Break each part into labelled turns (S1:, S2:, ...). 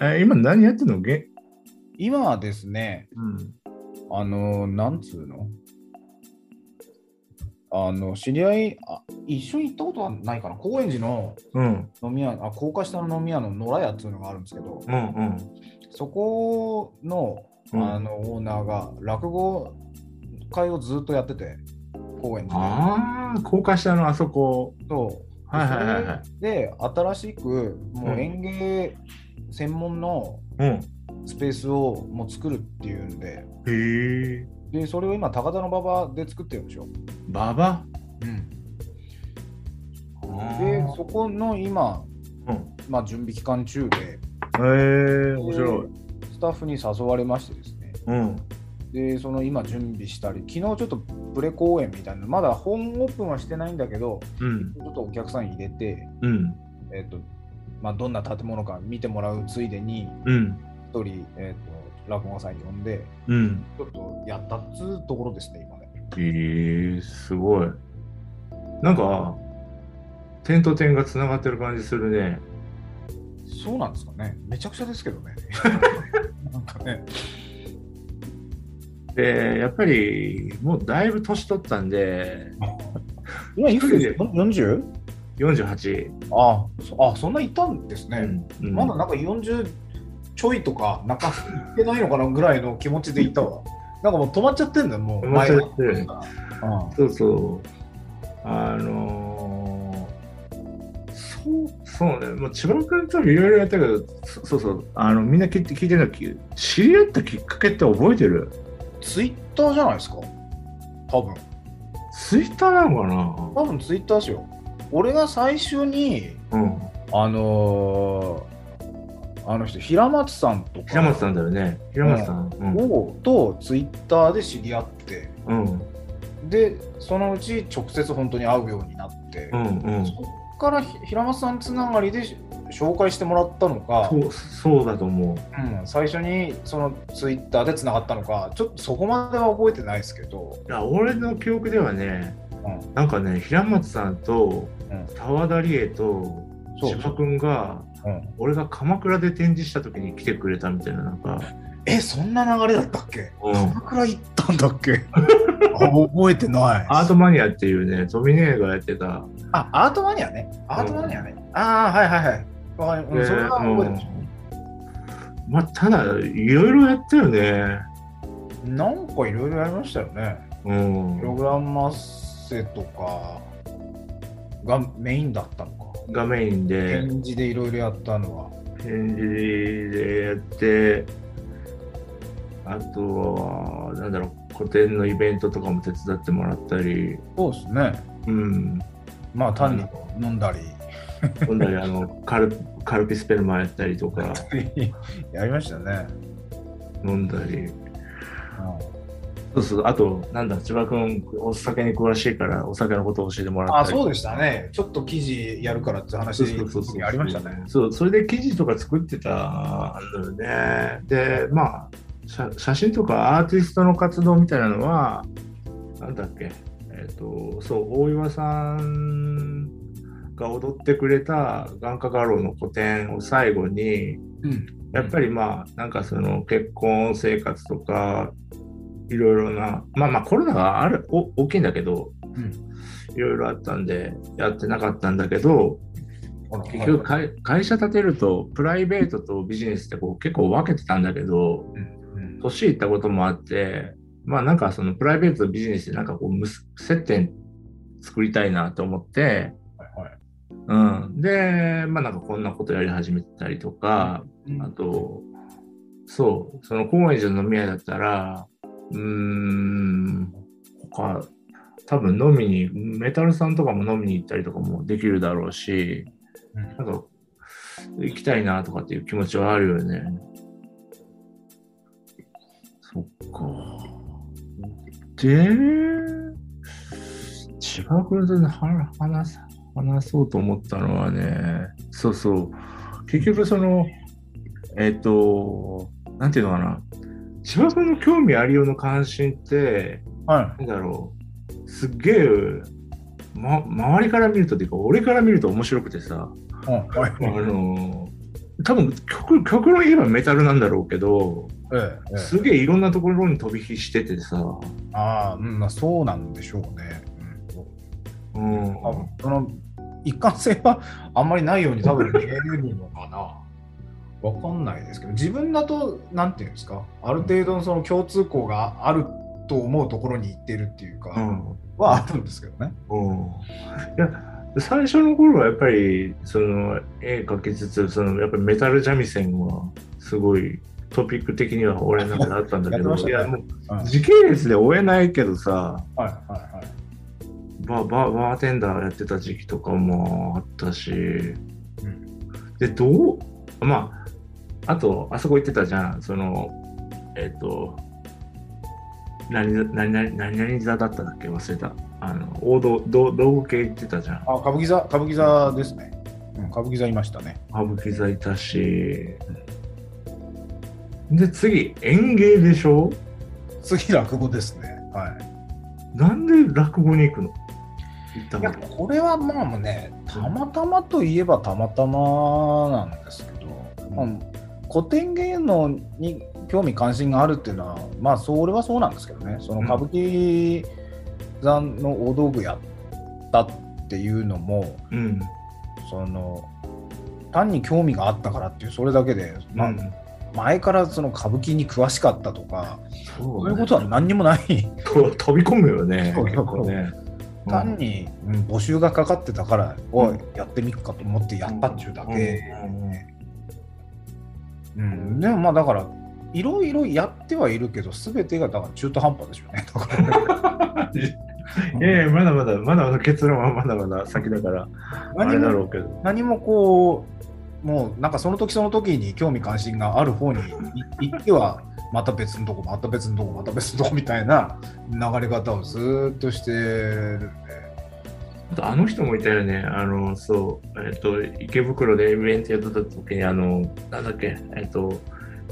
S1: え今何やってんのげ、
S2: 今はですね、
S1: うん、
S2: あの、なんつうのあの、知り合いあ、一緒に行ったことはないかな。高円寺の
S1: うん、
S2: 飲み屋、あ、高架下の飲み屋の野良屋っていうのがあるんですけど、
S1: うん、うん。
S2: そこの
S1: うん
S2: あのオーナーが落語会をずっとやってて、高円寺
S1: ああ、高架下のあそこ。
S2: で。と
S1: はいはいはいはい。
S2: で、新しくも
S1: うん
S2: う園芸専門の
S1: うん。
S2: スペースをもう作るっていうんで、
S1: へえ。
S2: でそれを今、高田の馬場で作ってるんでしょ。
S1: ババ
S2: で、そこの今、
S1: うん。
S2: まあ、準備期間中で、
S1: へえ、面白い。
S2: スタッフに誘われましてですね、
S1: うん。
S2: で、その今準備したり、昨日ちょっとプレ公演みたいな、まだホームオープンはしてないんだけど、
S1: うん。
S2: ちょっとお客さん入れて、
S1: うん。
S2: えっとまあ、どんな建物か見てもらうついでに、
S1: うん。
S2: 一人、えっと落語家さん呼んで、
S1: うん。
S2: ちょっとやったっつうところですね、今ね。
S1: へえすごい。なんか、点と点がつながってる感じするね。
S2: そうなんですかね。めちゃくちゃですけ どね。なんかね。
S1: で、やっぱり、もうだいぶ年取ったんで、
S2: 今、い
S1: くつですか
S2: ?40?
S1: 48。
S2: ああ、そんな行ったんですね。
S1: うん
S2: まだなんか40ちょいとか、なんか行ってないのかなぐらいの気持ちでいた わ。なんかもう止まっちゃってんだよ、もう。
S1: 止まっちゃってる
S2: 前がうん
S1: そうそう。あのーそう、そうね。もう千葉君ともいろいろやったけど、そそうそう。あの、みんな聞いて聞いてるのき知り合ったきっかけって覚えてる
S2: ツイッターじゃないですか。多分。
S1: ツイッターなのか
S2: 多分ツイッターですよ。俺が最初に、
S1: なうん。
S2: あのーあの人、平松さんとか
S1: 平松さんだよね。平松さん。うん。
S2: をとツイッターで知り合って、
S1: うん。
S2: で、そのうち直接本当に会うようになって、
S1: うん。うん
S2: そ。っからひ平松さんつながりでし紹介してもらったのか、
S1: そう、そうだと思う。
S2: うん最初にそのツイッターでつながったのか、ちょっとそこまでは覚えてないですけど、
S1: いや、俺の記憶ではね、
S2: うん
S1: なんかね、平松さんと
S2: うん、
S1: 沢田理恵と、
S2: そう
S1: 千葉君が、
S2: うん
S1: 俺が鎌倉で展示した時に来てくれたみたいな、なんか。
S2: え、そんな流れだったっけ
S1: うん
S2: 鎌倉行ったんだっ けあ覚えてない。
S1: アートマニアっていうね、トミネーがやってた。
S2: あ、アートマニアね。アートマニアね。ああ、はいはいはい。わかりうんそれは
S1: で
S2: 覚えてます。
S1: うんまあ、ただ、いろいろやったよね。
S2: なんかいろいろやりましたよね。
S1: うん
S2: プ。ログラマッセとかがメインだったのか。
S1: がメインで、
S2: 展示でいろいろやったのは。
S1: 展示でやって、あとは、なんだろう、個展のイベントとかも手伝ってもらったり、
S2: そうですね。
S1: うん。
S2: まあ単に飲んだり。
S1: 今度はあ のカルカルピスペルマやったりとか、
S2: やりましたね。
S1: 飲んだり。そうそう、あと、なんだ、千葉君、お酒に詳しいから、お酒のことを教えてもら
S2: あ、
S1: ったりとか
S2: そうでしたね。ちょっと記事やるからって話ありましたね。
S1: そう、それで記事とか作ってたんだよね。で、まあ、写写真とかアーティストの活動みたいなのは、なんだっけ、えっ、と、そう、大岩さんが踊ってくれた眼科画廊の個展を最後に、
S2: うん。
S1: やっぱりまあ、なんかその結婚生活とか、いろいろな、まあまあコロナがある、お大きいんだけど、
S2: うん
S1: いろいろあったんで、やってなかったんだけど、
S2: ほら
S1: 結局会会社建てるとプライベートとビジネスってこう結構分けてたんだけど
S2: うん
S1: 年いったこともあってまあなんかそのプライベートとビジネスでなんかこうむす接点作りたいなと思って、
S2: はいはい
S1: うん、でまあなんかこんなことやり始めたりとか、
S2: うん
S1: あとそうその高円寺の飲み屋だったらうーん他多分飲みにメタルさんとかも飲みに行ったりとかもできるだろうし
S2: うん
S1: なんか、行きたいなとかっていう気持ちはあるよね。そっか。で、千葉君とは話さ話そうと思ったのはね、そうそう、結局その、えっ、と、なんていうのかな、千葉君の興味ありようの関心って、
S2: は
S1: なんだろう、すっげえ、ま、周りから見るとっていうか、俺から見ると面白くてさ、
S2: い。はい
S1: あの多分曲曲の言えばメタルなんだろうけど、
S2: ええ
S1: すげえいろんなところに飛び火しててさ、
S2: ああ、うんまあ、そうなんでしょうね。うん
S1: うん、
S2: 多分その一貫性はあんまりないように多分見えるのかな。わかんないですけど、自分だと、なんていうんですか、ある程度のその共通項があると思うところに行ってるっていう
S1: う
S2: か、
S1: ん
S2: はあるんですけどね。
S1: うんいや最初の頃はやっぱりその絵描きつつそのやっぱりメタル三味線はすごいトピック的には俺の中であったんだけ
S2: や
S1: ど、
S2: ってました
S1: い
S2: ね
S1: やもう
S2: うんはい
S1: 時系列で追えないけどさ
S2: はいはい。
S1: バババーテンダーやってた時期とかもあったし、でどうまああとあそこ行ってたじゃんそのえっ、と何々何々何々座だっただっけ忘れたあの王道道道具系行ってたじゃん
S2: あ、歌舞伎座、歌舞伎座ですね。うん、歌舞伎座いましたね。
S1: 歌舞伎座いたし、で次演芸でしょ
S2: 次、落語ですね。はい。
S1: なんで落語に行くの行った
S2: い
S1: の
S2: やこれはまあもうねたまたまといえばたまたまなんですけど、
S1: う
S2: まあ古典芸能に興味関心があるっていうのはまあそれはそうなんですけどねその歌舞伎座の大道具やったっていうのも
S1: うん
S2: その単に興味があったからっていうそれだけで、まあ
S1: うん
S2: 前からその歌舞伎に詳しかったとか
S1: そ
S2: そういうことは何にもない
S1: と飛び込むよね
S2: そう
S1: 結構ねうん
S2: 単に、うん募集がかかってたから、お
S1: う
S2: いやってみっかと思ってやったっちゅうだけ、
S1: うんうん
S2: うんでもまあだからいろいろやってはいるけど全てがだから中途半端でしょうねだから
S1: ええまだまだまだまだ結論はまだまだ先だからあ
S2: 何
S1: れだ
S2: も
S1: ろうけど
S2: 何もこうもうなんかその時その時に興味関心がある方にい行ってはまた別のとこまた別のとこまた別のとこみたいな流れ方をずーっとしてるんで
S1: あとあの人もいたよねあのそうえっ、と池袋でイベントやってた時にあのなんだっけえっ、と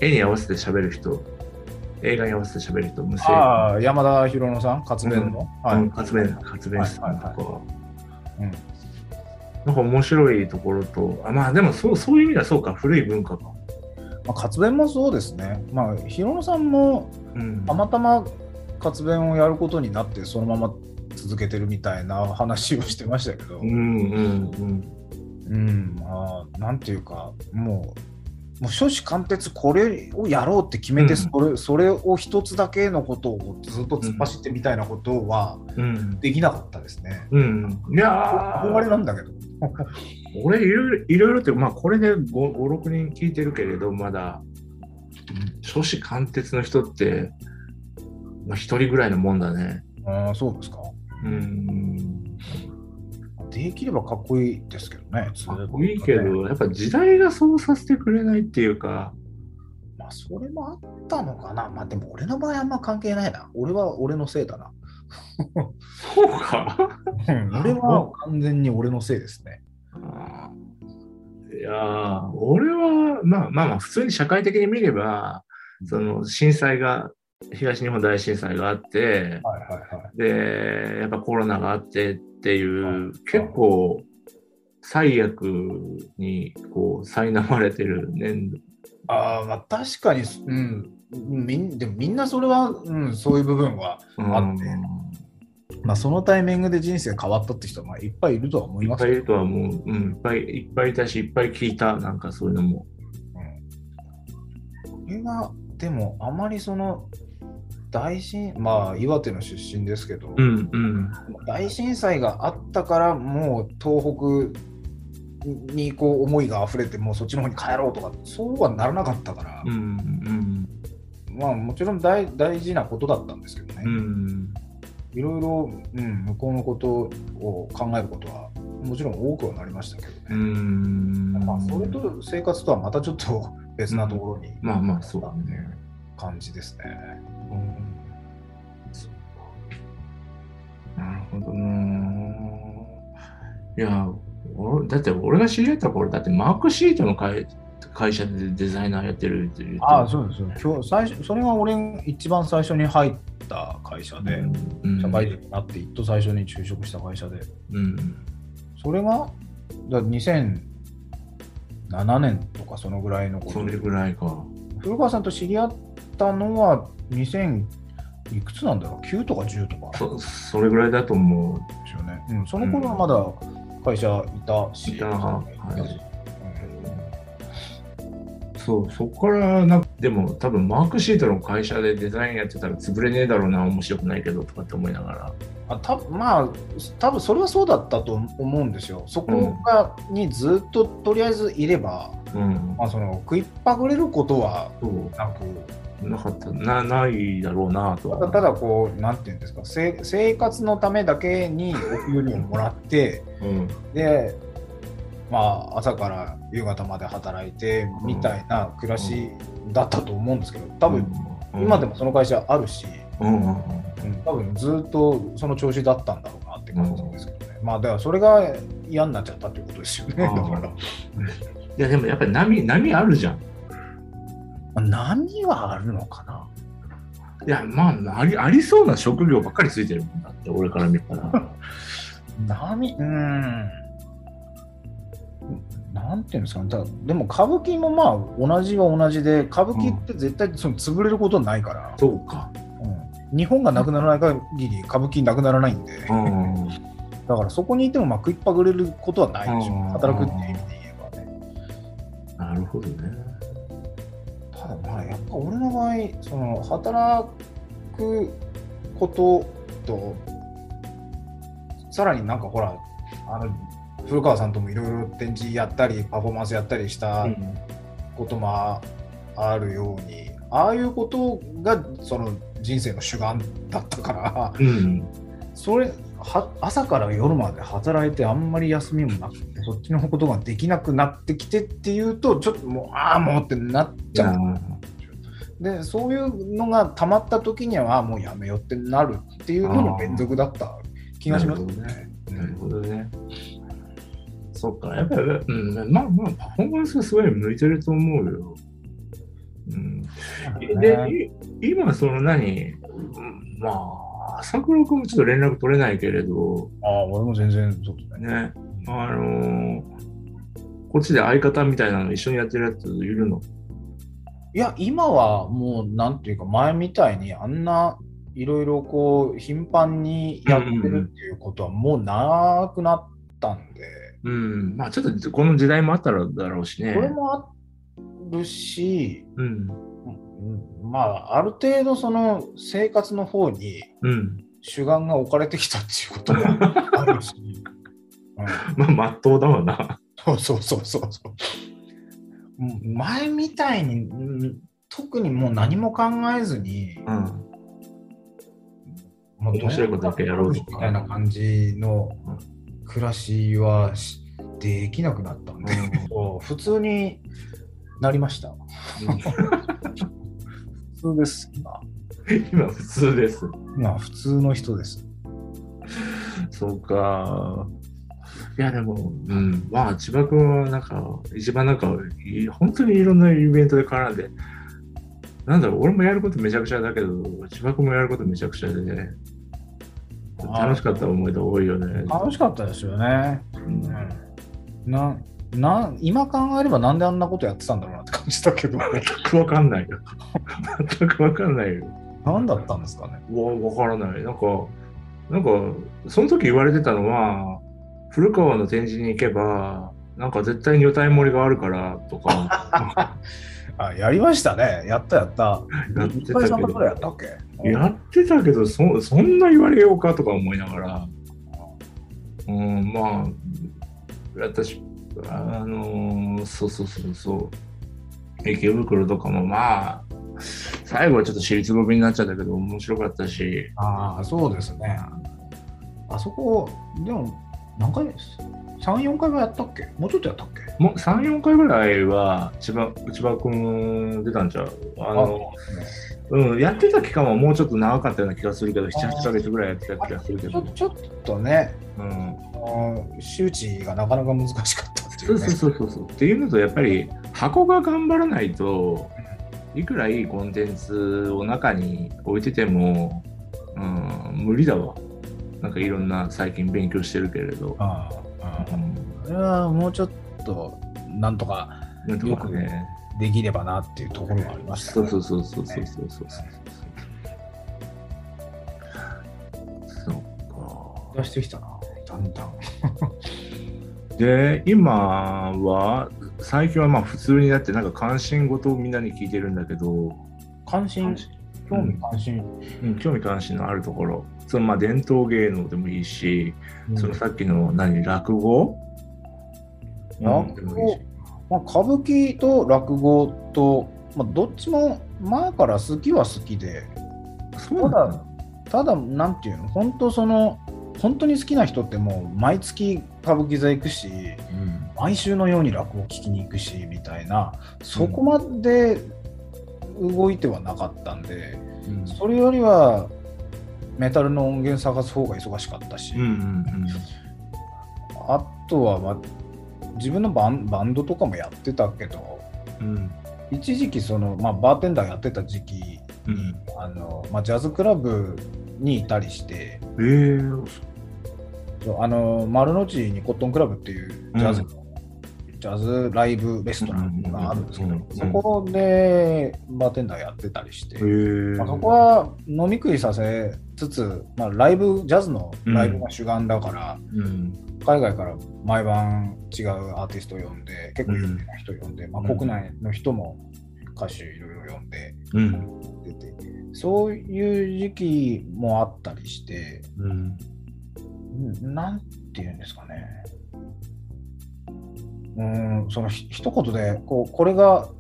S1: 絵に合わせて喋る人映画に合わせて喋る人無声
S2: ああ山田博之さん活弁の、
S1: は
S2: はい
S1: い、活弁、活弁室とか、
S2: いはいうん
S1: なんか面白いところと、あまあでもそうそういう意味ではそうか、古い文化か。
S2: まあ、活弁もそうですね、まあ、広野さんも
S1: うん、
S2: たまたま活弁をやることになって、そのまま続けてるみたいな話をしてましたけど、
S1: うんうんうん。
S2: うん、まあ、なんていうか、もう、もう初子貫徹、これをやろうって決め
S1: う
S2: て、
S1: ん
S2: それそれを一つだけのことをずっと突っ走ってみたいなことは
S1: うん
S2: できなかったですね。
S1: うん、いや
S2: 憧れ
S1: ー
S2: なんだけど。
S1: 俺いろいろいろいろって、まあ、これで5、6人聞いてるけれど、まだ、初子貫徹の人って、まあ、1人ぐらいのもんだね。
S2: うん、そうですか。
S1: うん、
S2: できればかっこいいですけどね。
S1: かっこいいけど、やっぱ時代がそうさせてくれないっていうか、
S2: まあ、それもあったのかな。まあ、でも俺の場合あんま関係ないな。俺は俺のせいだな。
S1: そうか。
S2: 俺は完全に俺のせいですね。
S1: あ ーいやー俺は、まあ、まあまあ普通に社会的に見ればその震災が東日本大震災があって
S2: はいはいはい。
S1: でやっぱコロナがあってっていう
S2: あ
S1: 結構最悪にこう苛まれてる年度
S2: ああ、まあ確かに、うん、みんでもみんなそれは、うん、そういう部分は、あってまあ、そのタイミングで人生変わったって人はまあいっぱいいるとは思い
S1: いっ
S2: ます
S1: ぱいい
S2: け
S1: る
S2: ど、
S1: とはもう、うん、いっぱいいっぱいいたしいっぱい聞いたなんかそういうのも。
S2: これはでもあまりその大震まあ岩手の出身ですけど、
S1: うんうん
S2: 大震災があったからもう東北にこう思いが溢れてもうそっちの方に帰ろうとかそうはならなかったから
S1: うんう、ん
S2: まあもちろん大大事なことだったんですけどね、
S1: うん
S2: いろいろ、うん、向こうのことを考えることはもちろん多くはなりましたけど
S1: う
S2: ね、
S1: ん
S2: まあ、それと生活とはまたちょっと 別なところに
S1: まあまあそうだね。
S2: 感じですね。
S1: なるほどな。いや、俺だって俺が知り合った頃、だってマークシートの会会社でデザイナーやってるって言って
S2: ああそうですよ今日最初それが俺一番最初に入った会社で、
S1: うん
S2: 社会人になって一等最初に就職した会社で
S1: うん。
S2: それがだ2000 7年とかそのぐらいのこと
S1: そ
S2: で
S1: れぐらいか。
S2: 古川さんと知り合ったのは2000いくつなんだろう9とか10とか
S1: そそれぐらいだと思
S2: ですよね、うん、その頃はまだ会社いた
S1: う。
S2: し、
S1: いたはい
S2: うん
S1: そう、そこからなんか、でも多分マークシートの会社でデザインやってたら潰れねえだろうな、面白くないけどとかって思いながら。
S2: あたまあ多分それはそうだったと思うんですよそこが、にずっととりあえずいれば、
S1: うん。
S2: まあ、その食いっぱぐれることは
S1: そ
S2: なく
S1: う、なかった、なないだろうなと
S2: た
S1: は。
S2: だただこうなんていうんですかせ生活のためだけにお給料もらって
S1: うん。
S2: で、まあ、朝から夕方まで働いてみたいな暮らしだったと思うんですけど多分
S1: うん、
S2: 今でもその会社あるし、
S1: うん、うんうん
S2: うん多分ずっとその調子だったんだろうなって感じですけどね、まあだからそれが嫌になっちゃったっていうことですよねだ
S1: あー
S2: から
S1: いやでもやっぱり波波あるじゃん。
S2: まあ波はあるのかない
S1: やまあありありそうな職業ばっかりついてるもんだって俺から見たら。
S2: 波うーんなんていうんですかねだでも歌舞伎もまあ同じは同じで歌舞伎って絶対その潰れることはないから、
S1: そうか。
S2: うん日本がなくならない限り歌舞伎なくならないんで、
S1: うん。
S2: だからそこにいてもまあ食いっぱぐれることはないでしょ、
S1: うん
S2: 働くっていう意味で言えばね。
S1: なるほどね。
S2: ただまあやっぱ俺の場合、その働くことと、さらになんかほら、あの古川さんともいろいろ展示やったり、パフォーマンスやったりしたこともあるように、ああいうことがその人生の主眼だったから。
S1: うん。
S2: それは朝から夜まで働いてあんまり休みもなくてそっちのことができなくなってきてっていうとちょっともうああもうってなっち
S1: じ
S2: ゃ
S1: ゃ
S2: う
S1: あ
S2: でそういうのが溜まった時にはああもうやめようってなるっていうのの連続だった気がしますよ
S1: なる
S2: ね。
S1: なるほどね。そっかやっぱり、うん、まあまあパフォーマンスがすごい向いてると思うよ。うん、
S2: ね
S1: で、い今、その何、うんまあ、朝倉君もちょっと連絡取れないけれど、
S2: ああ俺も全然そうですね。
S1: ね、あのーこっちで相方みたいなの一緒にやってるやついるの。
S2: いや今はもうなんていうか前みたいにあんないろいろこう頻繁にやってるっていうことはもうなくなったんで。
S1: うん、まあちょっとこの時代もあったらだろうしね
S2: そ。れもあるし、
S1: うん、
S2: うんまあ、ある程度その生活の方に
S1: うん、
S2: 主眼が置かれてきたっていうこともあ るし、うん
S1: まあ、まっとうだわな。
S2: そうそうそうそうそう。うん前みたいに、うん特にもう何も考えずに、
S1: うん、
S2: もう
S1: 面白いことだけやろうと
S2: み
S1: か
S2: たいな感じの暮らしはしできなくなったんで、普通になりました。普通です、今。
S1: 今、普通です。
S2: まあ普通の人です。
S1: そうか。いや、でも、うん、まあ、千葉君は、なんか、一番なんか、い本当にいろんなイベントで絡んで、なんだろう、俺もやることめちゃくちゃだけど、千葉君もやることめちゃくちゃでね、楽しかった思い出多いよね。
S2: 楽しかったですよね。
S1: うん
S2: なな今考えればなんであんなことやってたんだろうなって感じだけど、
S1: 全 くわかんないよ。全くわかんないよ。
S2: 何だったんですかね。
S1: わわからない。なんか、なんか、その時言われてたのは、古川の展示に行けば、なんか絶対に女体盛りがあるからとか、
S2: あやりましたね。やったやった。
S1: やってたけど
S2: いっぱいさんとこやったっけ
S1: やってたけどそ、そんな言われようかとか思いながら、うん、まあ、私、あのそうそうそうそう、池袋とかもまあ、最後はちょっと尻つぼみになっちゃったけど、面白かったし、
S2: ああ、そうですね。あそこ、でも何回です3、4回はやったっけもうちょっとやったっけ
S1: もう3、4回ぐらいは千葉、千葉君出たんちゃうあのうん、やってた期間はもうちょっと長かったような気がするけど、7、8ヶ月ぐらいやってた気がするけ
S2: ちょ
S1: ど、
S2: ちょっとね、
S1: うん、
S2: あの周知がなかなか難しかったってい
S1: そうう
S2: ね
S1: そう。そうそうそう。っていうのとやっぱり箱が頑張らないといくらいいコンテンツを中に置いてても、うん、無理だわ。なんかいろんな最近勉強してるけれど。
S2: ああああ
S1: うん
S2: これはもうちょっとなんとか
S1: なんとかね。
S2: できればなっていうところがありました
S1: そ
S2: ね、
S1: うそうそうそうそうそうそう。そ
S2: 出してきたなだんだん
S1: うか。で、今は、最近はまあ普通にだってなんか関心事をみんなに聞いてるんだけど、
S2: 関心
S1: 関心
S2: 興味関心、
S1: うん、興味関心のあるところ、そのまあ伝統芸能でもいいし、
S2: うん
S1: そのさっきの何、落語
S2: 落語
S1: うんでもいいし
S2: まあ、歌舞伎と落語と、まあ、どっちも前から好きは好きで
S1: そうなんだ。
S2: ただなんていうの本当その本当に好きな人ってもう毎月歌舞伎座行くし
S1: うん
S2: 毎週のように落語聞きに行くしみたいなそこまで動いてはなかったんで、
S1: うん
S2: それよりはメタルの音源探す方が忙しかったし、
S1: うんうん
S2: あとは、まあ、自分のバンバンドとかもやってたけど
S1: うんうん
S2: 一時期その、まあ、バーテンダーやってた時期
S1: うん
S2: あの、まあ、ジャズクラブにいたりして
S1: えー、
S2: そうあの丸の内にコットンクラブっていうジャズ、
S1: うん
S2: ジャズライブレストランがあるんですけど、
S1: うんうんうんうん
S2: そこでバーテンダーやってたりして、
S1: えー、
S2: まあ、そこは飲み食いさせつつ、まあ、ライブジャズのライブが主眼だから、
S1: うん、
S2: 海外から毎晩違うアーティストを呼んで結構有名な人呼んで、まあ、
S1: うん
S2: 国内の人も歌手いろいろ呼んで
S1: うん、
S2: 出てそういう時期もあったりして
S1: うん、
S2: うんなんていうんですかねうんそのひ一言でこうこれが好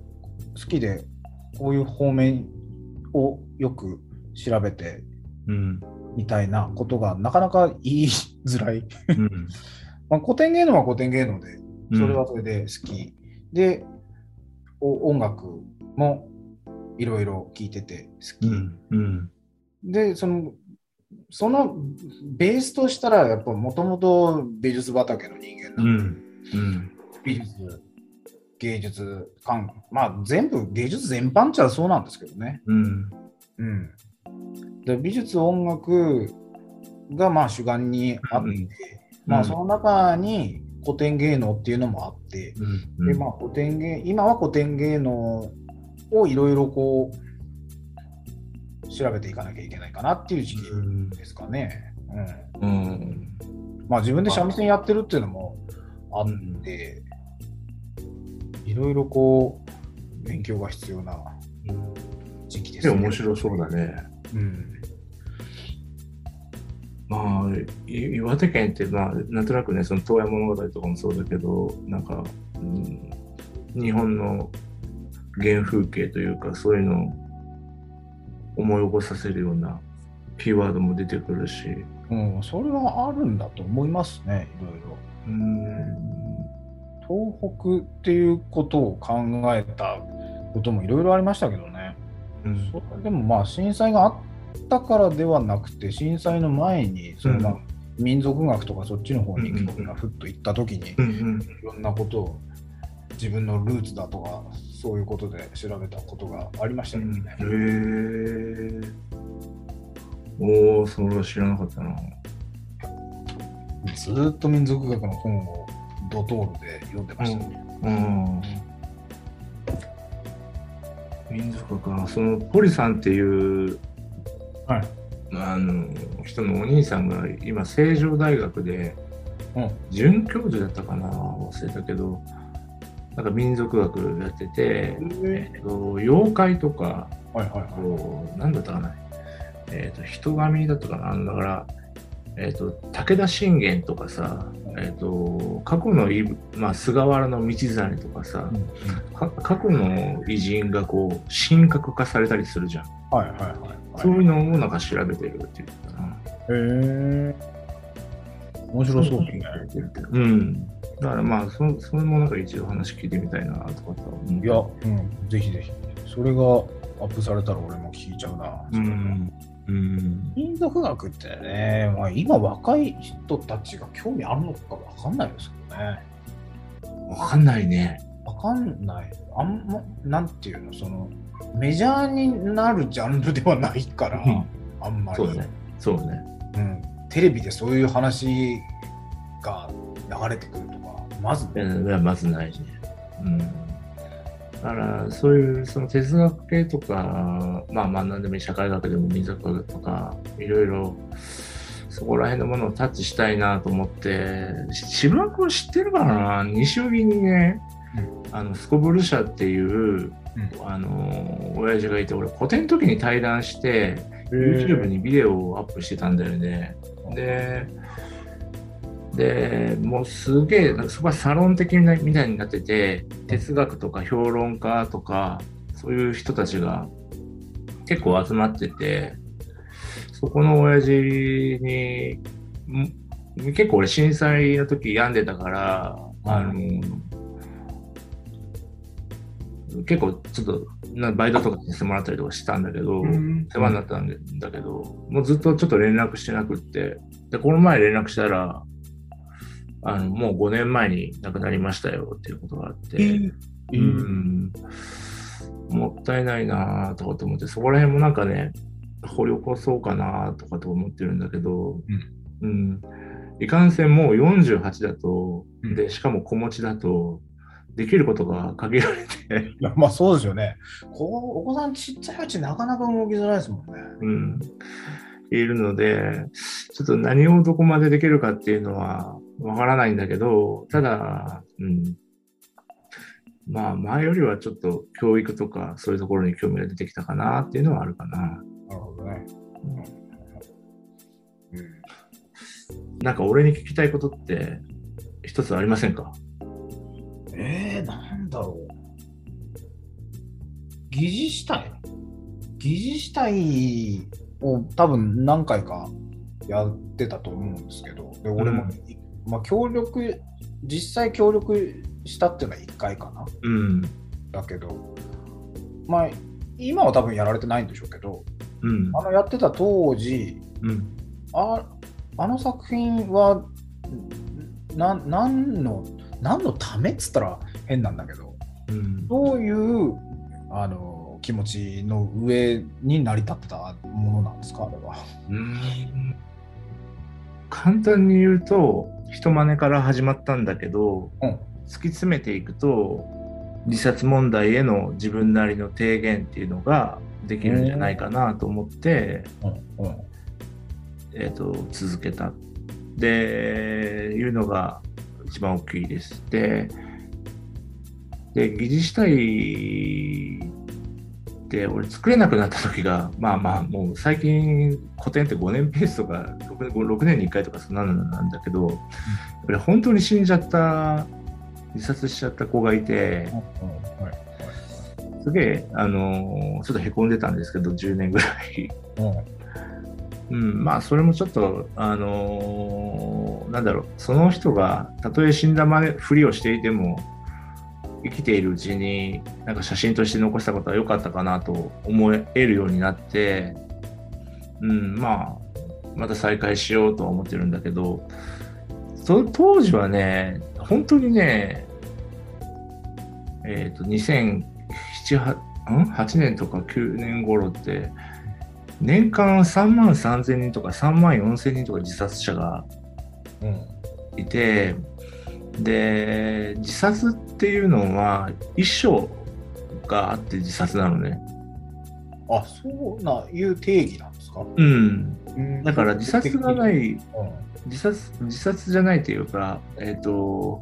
S2: きでこういう方面をよく調べて
S1: うん、
S2: みたいなことがなかなか言いづらい、
S1: うん、
S2: まあ、古典芸能は古典芸能でそれはそれで好き、でお音楽もいろいろ聴いてて好
S1: う
S2: き、
S1: ん、うん、
S2: でそのそのベースとしたらやっぱもともと美術畑の人間
S1: う
S2: なんで、
S1: ん、うん、
S2: 美術芸術関まあ全部芸術全般っちゃそうなんですけどね、
S1: うん、
S2: うん、で美術音楽がまあ主眼にあって、
S1: うん
S2: ま
S1: う
S2: あ
S1: ん
S2: その中に古典芸能っていうのもあって、
S1: うん、
S2: でまあ古典芸今は古典芸能をいろいろこう調べていかなきゃいけないかなっていう時期
S1: うん、
S2: ですかね。
S1: う
S2: う
S1: ん、
S2: ん、まあ自分で三味線やってるっていうのもあっていろいろこう勉強が必要な時期です
S1: で面白そうだね。
S2: うん
S1: まあ、い岩手県って、まあ、なんとなくね、その東野物語とかもそうだけど、なんか、うん日本の原風景というか、そういうのを思い起こさせるようなキーワードも出てくるし、
S2: うん、それはあるんだと思いますねいろいろ。
S1: うん、
S2: 東北っていうことを考えたこともいろいろありましたけどね。
S1: うん
S2: それでもまあ震災があったからではなくて震災の前にそのまあ
S1: うん
S2: 民族学とかそっちの方に
S1: うんうんうん
S2: 興味がふっと行った時にい
S1: うん
S2: ろんなことを自分のルーツだとかそういうことで調べたことがありました
S1: う
S2: けど
S1: ん、へ
S2: ね。
S1: えおおそれは知らなかったな
S2: ずーっと民族学の本をドトールで読んでましたね。
S1: うん民族かそのポリさんっていう
S2: はい。
S1: あの人のお兄さんが今成城大学で
S2: うん
S1: 准教授だったかな忘れたけどなんか民族学やってて、えっと、妖怪とか
S2: はいはいは
S1: こう、なんだったかな、えっ、と、人神だったかな、だから、えっ、と、武田信玄とかさ、えっ、と、過去のい、まあ、菅原道真とかさ
S2: い。う、ん
S1: か過去の偉人がこう、神格化されたりするじゃん。
S2: はいはいはい。
S1: そういうのをなんか調べてるって言ったな。
S2: へえ。面白そうですね。
S1: うん。だからまあ、そそれもなんか一度話聞いてみたいなとかさ。
S2: いや、うん、ぜひぜひ。それがアップされたら俺も聞いちゃうな。
S1: うん。うん。
S2: 民族学ってね、まあ、今若い人たちが興味あるのかわかんないですけどね。
S1: わかんないね。
S2: わかんない。あんま、なんていうの、その、メジャーになるジャンルではないから、
S1: うん
S2: あんまり。
S1: そうね。そうね。
S2: うん。テレビでそういう話が流れてくるとか、まず、
S1: いやまずないね。うん、だからそういうその哲学系とかまあまあ何でもいい社会学でも民族学とかいろいろそこら辺のものをタッチしたいなと思ってし渋谷君知ってるかな西荻にね、あのスコブル社っていう、
S2: ん
S1: あの親父がいて俺古典の時に対談して
S2: う
S1: YouTube にビデオをアップしてたんだよね。で、でもうすげえ、なんかすごいサロン的なみたいになってて、哲学とか評論家とか、そういう人たちが結構集まってて、そこの親父に、ん結構俺震災の時病んでたから、あの、結構ちょっとなバイトとかにしてもらったりとかしたんだけど、
S2: うん
S1: 世話になったんでだけど、もうずっとちょっと連絡してなくって、で、この前連絡したら、あの、もう5年前に亡くなりましたよっていうことがあって、
S2: う
S1: うんん、もったいないなぁとかと思って、そこら辺もなんかね、掘り起こそうかなぁとかと思ってるんだけど、うん、いかんせんもう48だと、
S2: うん
S1: で、しかも子持ちだと、できることが限られて、
S2: いやまあそうですよね。こうお子さんちっちゃいうちなかなか動きづらいですもんね。
S1: うん、いるので、ちょっと何をどこまでできるかっていうのはわからないんだけど、ただ、うん、まあ前よりはちょっと教育とかそういうところに興味が出てきたかなっていうのはあるかな。
S2: なるほどね。うん
S1: なんか俺に聞きたいことって一つありませんか
S2: えー、なんだろう。疑似死体疑似死体を多分何回かやってたと思うんですけど、で俺も、まあ、協力、実際協力したっていうのは1回かな。
S1: うん、
S2: だけど、まあ、今は多分やられてないんでしょうけど、
S1: うん、
S2: あのやってた当時、
S1: うん。
S2: ああの作品はな何の何のためっつったら変なんだけど
S1: うん、
S2: どういうあの気持ちの上に成り立ってたものなんですかあれは。
S1: うん簡単に言うと人真似から始まったんだけど、
S2: うん
S1: 突き詰めていくと自殺問題への自分なりの提言っていうのができるんじゃないかなと思って、
S2: うんうん
S1: えー、と続けたっていうのが一番大きいです。でで疑似死体って俺作れなくなった時がまあまあもう最近古典って5年ペースとか 6, 6年に1回とかそんなのなんだけど、俺本当に死んじゃった自殺しちゃった子がいて
S2: うんはい
S1: すげえあのちょっとへこんでたんですけど10年ぐらい。
S2: うん
S1: うん、まあそれもちょっとあのーなんだろうその人がたとえ死んだまでふりをしていても生きているうちになんか写真として残したことは良かったかなと思えるようになって、うん、まあまた再開しようとは思ってるんだけどそ当時はね本当にねえっ、と2007年とか9年頃って年間3万3000人とか3万4000人とか自殺者が
S2: うん
S1: いてで自殺っていうのは一生があって自殺なのね、
S2: あそうないう定義なんですか、、
S1: うん、だから自殺がないい
S2: うん
S1: 自殺自殺じゃないというか、えっと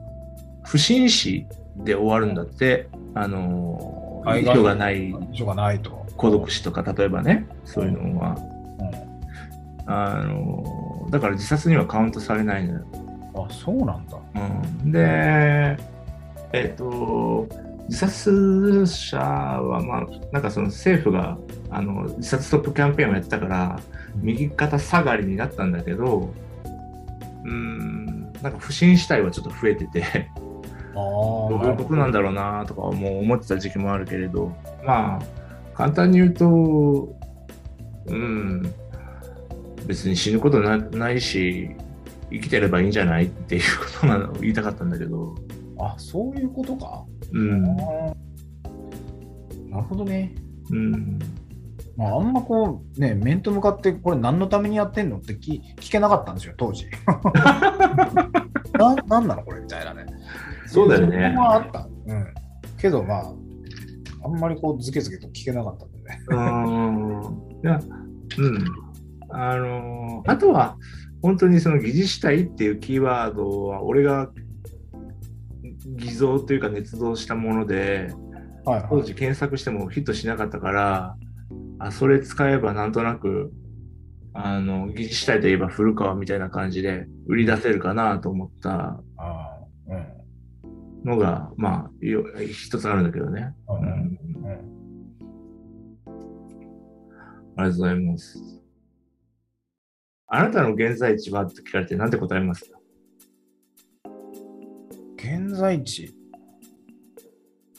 S1: 不審死で終わるんだってあの
S2: 愛
S1: 影
S2: が
S1: 響がない
S2: 遺書がないと。
S1: 孤独死とか例えばねそういうのは、
S2: うん
S1: あのだから自殺にはカウントされないのよ
S2: あそうなんだ。
S1: うんで、えっと自殺者は、まあ、なんかその政府があの自殺ストップキャンペーンをやってたから右肩下がりになったんだけどうんなんか不審死体はちょっと増えてて
S2: あー
S1: どういうことなんだろうなとかもう思ってた時期もあるけれどまあ簡単に言うとうん別に死ぬことなないし生きてればいいんじゃないっていうことなの言いたかったんだけど。
S2: あそういうことか。
S1: うん
S2: なるほどね。
S1: うん
S2: まあ、あんまこうね、面と向かってこれ何のためにやってんのって聞聞けなかったんですよ、当時。 ななんなのこれみたいなね。
S1: そうだよ
S2: そ
S1: ね
S2: こ。はあった。うん。けどまあ、あんまりこう、ずけずけと聞けなかったんでね。
S1: うんいやうんあのーあとは本当にその疑似死体っていうキーワードは俺が偽造というか捏造したもので
S2: はい、は
S1: 当
S2: い。
S1: 時検索してもヒットしなかったからあそれ使えばなんとなくあの疑似死体といえば古川みたいな感じで売り出せるかなと思った
S2: ああ、うん。
S1: のがまあよ一つあるんだけどね、
S2: う
S1: うん
S2: ん。うん
S1: ありがとうございます。あなたの現在地はって聞かれて何て答えますか
S2: 現在地。い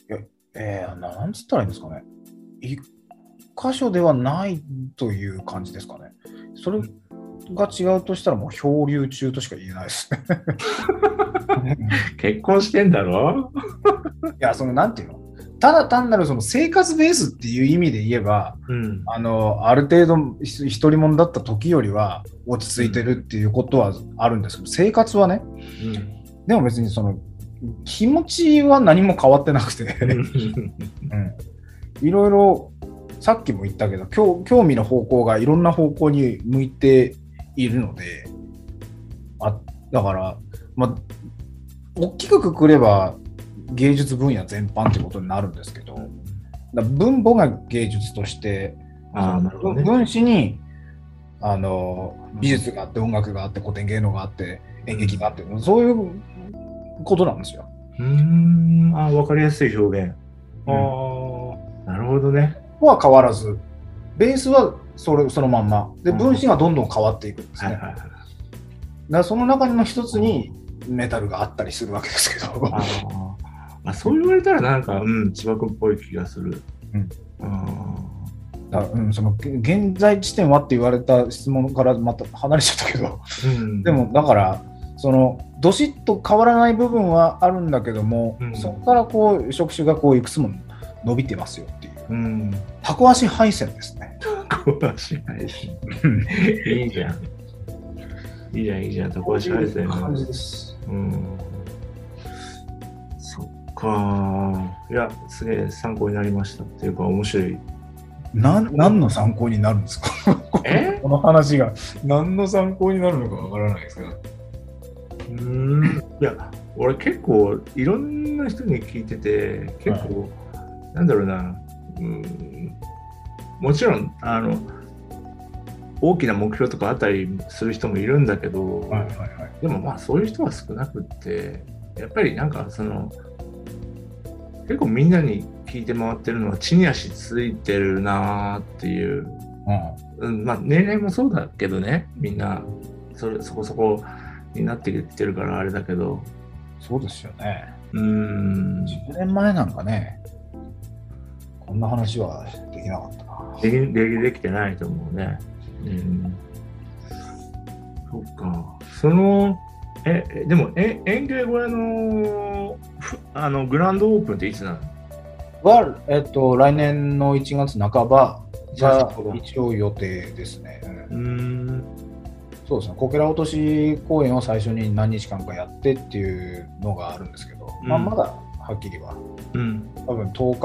S2: や、えー、なんつったらいいんですかね。一箇所ではないという感じですかね。それが違うとしたら、もう漂流中としか言えないですね。
S1: 結婚してんだろ
S2: いや、その、なんていうのただ単なるその生活ベースっていう意味で言えば、
S1: うん。
S2: あの、ある程度ひ独り者だった時よりは落ち着いてるっていうことはあるんですけど、生活はね、でも別にその、気持ちは何も変わってなくて、いろいろさっきも言ったけど興興味の方向がいろんな方向に向いているのであだから、まあ、大きくくくれば芸術分野全般ってことになるんですけどだから文母が芸術として
S1: ああ、なるほどね。
S2: 分子にあの美術があって音楽があって古典芸能があって演劇があってそういうことなんですよ。
S1: うーん、ああ、わかりやすい表現。あ
S2: うん
S1: あ、なるほどね。
S2: は変わらず、ベースはそれそのまんま、で
S1: うん
S2: 分子がどんどん変わっていくんです
S1: は
S2: ね。
S1: い
S2: だか
S1: はいはい。
S2: らその中の一つにメタルがあったりするわけですけど、
S1: ああまあ、そう言われたらなんか、うん、千葉君っぽい気がする。
S2: うん
S1: あ
S2: だから うん、そのげ現在地点はって言われた質問からまた離れちゃったけど、
S1: あうん
S2: でもだから、そのどしっと変わらない部分はあるんだけども、
S1: うん
S2: そこからこう触手がこういくつも伸びてますよっていう、
S1: うん、
S2: タコ足配線ですね。
S1: 小足配線。いいじゃん。いいじゃん、いいじゃん、小足配線。
S2: 感じです。
S1: うんそっかー。いや、すげえ参考になりました。っていうか、面白い。
S2: なん何の参考になるんですか
S1: え
S2: この話が何の参考になるのかわからないですけど。
S1: うーん。いや、俺結構、いろんな人に聞いてて、結構、なんだろうな。うん。もちろん、あの、大きな目標とかあったりする人もいるんだけど、
S2: はいはいはい。
S1: でもまあそういう人は少なくってやっぱりなんかその結構みんなに聞いて回ってるのは地に足ついてるなーっていう、
S2: う
S1: うん、まあ年齢もそうだけどねみんなそれそこそこになってきてるからあれだけど
S2: ん、そうですよね。
S1: うーんで
S2: 10年前なんかね、こんな話はできなかったな。
S1: きできできてないと思うね。うん、そっかそのええでもえ演芸小屋のふあのグランドオープンっていつなの
S2: は、えっと、来年の1月半ばが
S1: 1月半ば
S2: 一応予定ですね。うん
S1: うーん
S2: そうですね、こけら落とし公演を最初に何日間かやってっていうのがあるんですけど、まあ、
S1: うん
S2: まだはっきりは、
S1: うん
S2: 多分10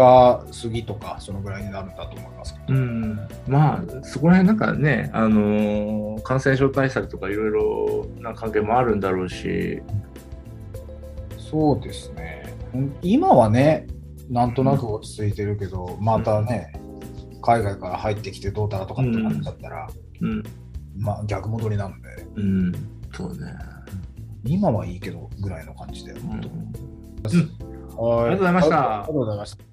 S2: 日過ぎとか、そのぐらいになるんだと思いますけ
S1: う
S2: ど。
S1: んまあそこら辺なんかね、あのー感染症対策とかいろいろな関係もあるんだろうし、
S2: そうですね。うん今はね、なんとなく落ち着いてるけど、またね、海外から入ってきてどうたらとかってなっちゃったら、
S1: うん
S2: まあ逆戻りなんで、
S1: うん、そうね、
S2: 今はいいけどぐらいの感じで、
S1: うん
S2: 本当
S1: ありがとうございました
S2: ありがとうございました。